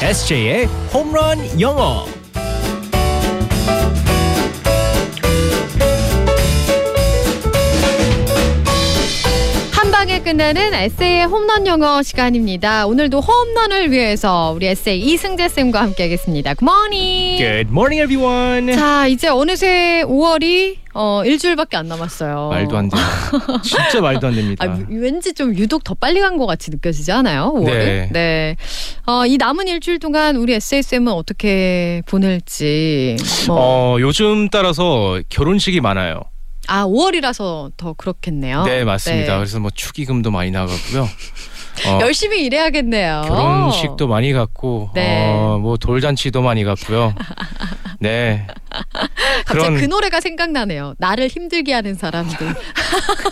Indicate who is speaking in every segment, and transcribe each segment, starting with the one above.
Speaker 1: SJ의 홈런 영어.
Speaker 2: 한 방에 끝내는 에세이의 홈런 영어 시간입니다. 오늘도 홈런을 위해서 우리 에세이 이승재 쌤과 함께하겠습니다. 굿모닝.
Speaker 3: 예.
Speaker 1: Good morning, everyone.
Speaker 2: 자 이제 어느새 5월이 어 일주일밖에 안 남았어요.
Speaker 1: 말도 안 돼요. 진짜 말도 안 됩니다.
Speaker 2: 아, 유- 왠지 좀 유독 더 빨리 간 것 같이 느껴지지 않아요? 5월은?
Speaker 1: 네.
Speaker 2: 네. 어, 이 남은 일주일 동안 우리 SSM은 어떻게 보낼지. 뭐.
Speaker 3: 어, 요즘 따라서 결혼식이 많아요.
Speaker 2: 아, 5월이라서 더 그렇겠네요.
Speaker 3: 네, 맞습니다.
Speaker 2: 네.
Speaker 3: 그래서 뭐 축의금도 많이 나가고요. 어,
Speaker 2: 열심히 일해야겠네요.
Speaker 3: 결혼식도 많이 갔고,
Speaker 2: 어. 네.
Speaker 3: 어, 뭐 돌잔치도 많이 갔고요. 네.
Speaker 2: 갑자기
Speaker 3: 그런-
Speaker 2: 그 노래가 생각나네요. 나를 힘들게 하는 사람들.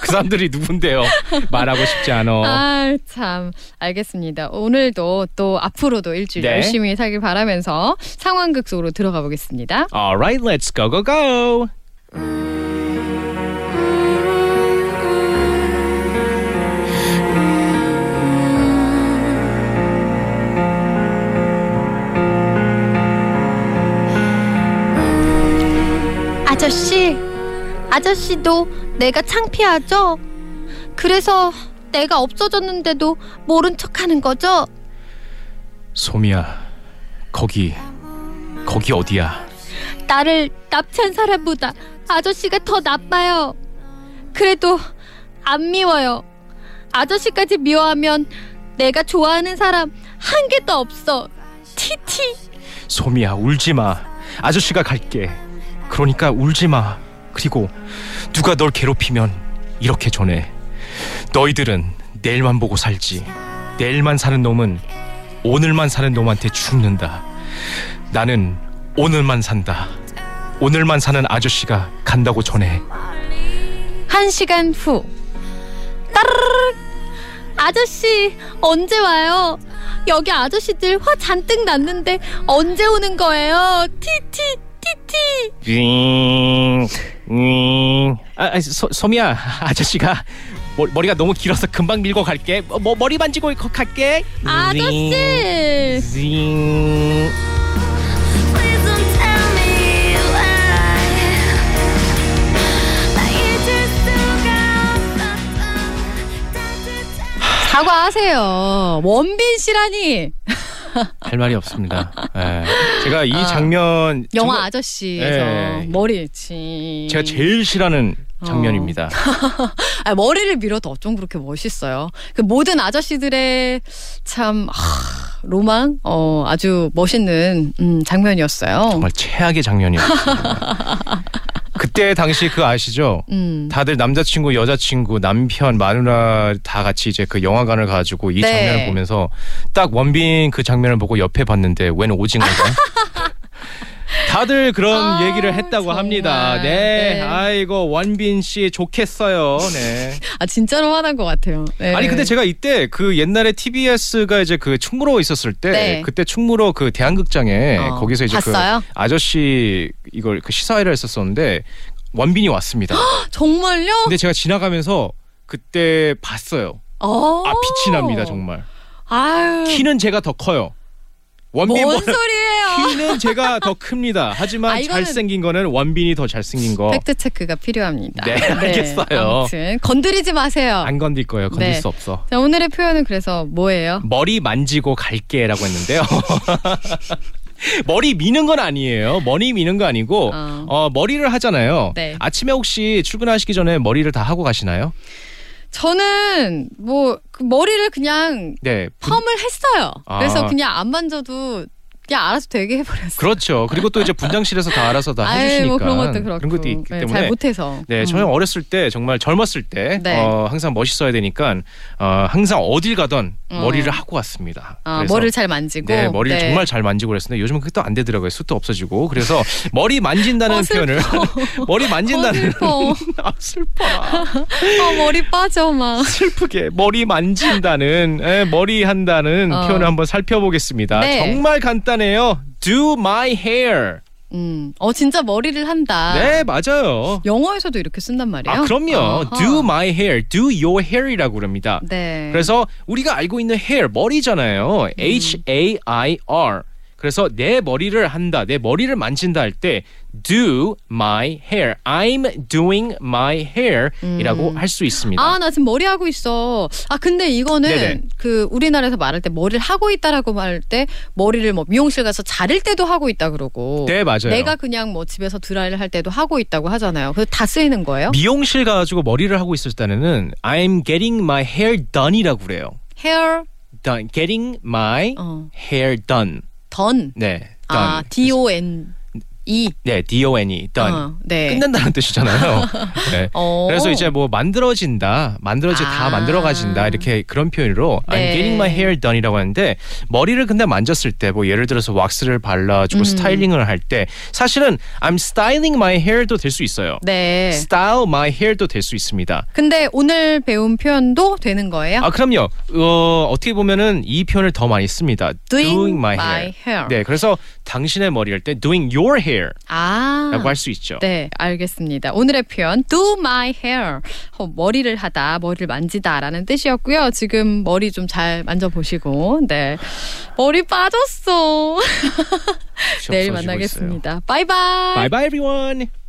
Speaker 3: 그 사람들이 누군데요? 말하고 싶지 않아.
Speaker 2: 아, 참. 알겠습니다. 오늘도 또 앞으로도 일주일
Speaker 3: 네.
Speaker 2: 열심히 살길 바라면서 상황극 속으로 들어가 보겠습니다.
Speaker 3: Alright, let's go, go, go.
Speaker 4: 아저씨, 아저씨도 내가 창피하죠? 그래서 내가 없어졌는데도 모른 척 하는 거죠?
Speaker 3: 소미야, 거기, 거기 어디야?
Speaker 4: 나를 납치한 사람보다 아저씨가 더 나빠요. 그래도 안 미워요. 아저씨까지 미워하면 내가 좋아하는 사람 한 개도 없어. 티티.
Speaker 3: 소미야, 울지 마. 아저씨가 갈게. 그러니까 울지 마. 그리고 누가 널 괴롭히면 이렇게 전해. 너희들은 내일만 보고 살지. 내일만 사는 놈은 오늘만 사는 놈한테 죽는다. 나는 오늘만 산다. 오늘만 사는 아저씨가 간다고 전해.
Speaker 2: 한 시간 후.
Speaker 4: 아저씨, 언제 와요? 여기 아저씨들 화 잔뜩 났는데 언제 오는 거예요? 티티, 티티.
Speaker 3: 윙, 윙. 아, 아, 소, 소미야, 아저씨가 머, 머리가 너무 길어서 금방 밀고 갈게. 뭐, 뭐, 머리 만지고 거- 갈게.
Speaker 4: 아저씨!
Speaker 3: 윙.
Speaker 5: Please don't tell me why 나 잊을 수가 없었어
Speaker 2: 사과하세요. 원빈 씨라니.
Speaker 3: 할 말이 없습니다. 예. 제가 이 장면
Speaker 2: 아, 영화
Speaker 3: 정말
Speaker 2: 아저씨에서
Speaker 3: 예.
Speaker 2: 머리 치.
Speaker 3: 제가 제일 싫어하는 장면입니다.
Speaker 2: 아, 머리를 밀어도 어쩜 그렇게 멋있어요. 그 모든 아저씨들의 참 하, 로망, 어 아주 멋있는 음, 장면이었어요.
Speaker 3: 정말 최악의 장면이었어요. 그때 당시 그 아시죠?
Speaker 2: 음.
Speaker 3: 다들 남자친구, 여자친구, 남편, 마누라 다 같이 이제 그 영화관을 가지고 이
Speaker 2: 네.
Speaker 3: 장면을 보면서 딱 원빈 그 장면을 보고 옆에 봤는데 웬 오징어가? 다들 그런
Speaker 2: 아,
Speaker 3: 얘기를 했다고
Speaker 2: 정말.
Speaker 3: 합니다. 네.
Speaker 2: 네.
Speaker 3: 아이고 원빈 씨 좋겠어요. 네.
Speaker 2: 아 진짜로 화난 것 같아요. 네.
Speaker 3: 아니 근데 제가 이때 그 옛날에 TBS가 이제 그 충무로 있었을 때
Speaker 2: 네.
Speaker 3: 그때 충무로 그 대한극장에
Speaker 2: 어,
Speaker 3: 거기서 이제
Speaker 2: 봤어요?
Speaker 3: 그 아저씨 이걸 그 시사회를 했었었는데 원빈이 왔습니다.
Speaker 2: 정말요?
Speaker 3: 근데 제가 지나가면서 그때 봤어요.
Speaker 2: 어.
Speaker 3: 아 빛이 납니다 정말.
Speaker 2: 아유.
Speaker 3: 키는 제가 더 커요.
Speaker 2: 네. 뭔
Speaker 3: 원빈보다
Speaker 2: 소리예요?
Speaker 3: 키는 제가 더 큽니다. 하지만
Speaker 2: 아, 이거는-
Speaker 3: 잘생긴 거는 원빈이 더 잘생긴 거.
Speaker 2: 팩트 체크가 필요합니다.
Speaker 3: 네, 알겠어요.
Speaker 2: 아무튼 건드리지 마세요.
Speaker 3: 안 건들 거예요. 건들
Speaker 2: 네.
Speaker 3: 수 없어.
Speaker 2: 자, 오늘의 표현은 그래서 뭐예요?
Speaker 3: 머리 만지고 갈게라고 했는데요. 머리 미는 건 아니에요. 머리 미는 거 아니고
Speaker 2: 어.
Speaker 3: 어. 머리를 하잖아요.
Speaker 2: 네.
Speaker 3: 아침에 혹시 출근하시기 전에 머리를 다 하고 가시나요?
Speaker 2: 저는 뭐그 머리를 그냥
Speaker 3: 네. 부-
Speaker 2: 펌을 했어요.
Speaker 3: 아.
Speaker 2: 그래서 그냥 안 만져도 그냥 알아서 되게 해버렸어요.
Speaker 3: 그렇죠. 그리고 또 이제 분장실에서 다 알아서 다 해주시니까
Speaker 2: 아유, 뭐 그런 것도 그렇고
Speaker 3: 그런 것도 있기
Speaker 2: 네,
Speaker 3: 때문에
Speaker 2: 잘 못해서
Speaker 3: 네,
Speaker 2: 음.
Speaker 3: 저는 어렸을 때 정말 젊었을 때
Speaker 2: 네.
Speaker 3: 어, 항상 멋있어야 되니까 어, 항상 어딜 가던
Speaker 2: 어.
Speaker 3: 머리를 하고 갔습니다.
Speaker 2: 아,
Speaker 3: 그래서
Speaker 2: 머리를 잘 만지고
Speaker 3: 네, 머리를 정말 잘 만지고 그랬었는데 요즘은 그게 또 안 되더라고요. 숱도 없어지고. 그래서 머리 만진다는
Speaker 2: 어, 슬퍼.
Speaker 3: 표현을 머리 만진다는
Speaker 2: 어, 슬퍼.
Speaker 3: 아, 슬퍼.
Speaker 2: 어, 머리 빠져 막.
Speaker 3: 슬프게 머리 만진다는 에, 머리 한다는
Speaker 2: 어.
Speaker 3: 표현을 한번 살펴보겠습니다.
Speaker 2: 네.
Speaker 3: 정말 간단해요. Do my hair.
Speaker 2: 음, 어 진짜 머리를 한다.
Speaker 3: 네, 맞아요.
Speaker 2: 영어에서도 이렇게 쓴단 말이에요.
Speaker 3: 아, 그럼요.
Speaker 2: 아하.
Speaker 3: Do my hair, do your hair이라고 그럽니다.
Speaker 2: 네.
Speaker 3: 그래서 우리가 알고 있는 hair
Speaker 2: 음.
Speaker 3: 머리잖아요. H A I R. 그래서 내 머리를 한다, 내 머리를 만진다 할 때 do my hair, I'm doing my hair이라고 할 수 있습니다.
Speaker 2: 음. 아, 나 지금 머리 하고 있어. 아, 근데 이거는
Speaker 3: 네네.
Speaker 2: 그 우리나라에서 말할 때 머리를 하고 있다라고 말할 때 머리를 뭐 미용실 가서 자를 때도 하고 있다 그러고.
Speaker 3: 네 맞아요.
Speaker 2: 내가 그냥 뭐 집에서 드라이를 할 때도 하고 있다고 하잖아요. 그래서 다 쓰이는 거예요?
Speaker 3: 미용실 가가지고 머리를 하고 있을 때는 I'm getting my hair done이라고 그래요.
Speaker 2: hair
Speaker 3: Done, getting my
Speaker 2: 어,
Speaker 3: hair done.
Speaker 2: done.
Speaker 3: 네, done.
Speaker 2: 아, D O N E.
Speaker 3: 네, D O N E done.
Speaker 2: 어, 네.
Speaker 3: 끝난다는 뜻이잖아요. 네.
Speaker 2: 어.
Speaker 3: 그래서 이제 뭐 만들어진다, 만들어지 다
Speaker 2: 아.
Speaker 3: 만들어가진다 이렇게 그런 표현으로
Speaker 2: 네.
Speaker 3: I'm getting my hair done이라고 하는데 머리를 근데 만졌을 때 뭐 예를 들어서 왁스를 발라주고
Speaker 2: 음.
Speaker 3: 스타일링을 할 때 사실은 I'm styling my hair도 될 수 있어요.
Speaker 2: 네.
Speaker 3: Style my hair도 될 수 있습니다.
Speaker 2: 근데 오늘 배운 표현도 되는 거예요?
Speaker 3: 아 그럼요. 어, 어떻게 보면은 이 표현을 더 많이 씁니다.
Speaker 2: Doing my hair.
Speaker 3: 네, 그래서 당신의 머리 할 때 doing your hair라고
Speaker 2: 아.
Speaker 3: 할 수 있죠.
Speaker 2: 네, 알겠습니다. 오늘의 표현 do my hair. 어, 머리를 하다, 머리를 만지다라는 뜻이었고요. 지금 머리 좀 잘 만져 보시고. 네. 머리 빠졌어.
Speaker 3: 혹시 없어지고
Speaker 2: 내일
Speaker 3: 있어요.
Speaker 2: 만나겠습니다. 바이바이.
Speaker 1: Bye bye everyone.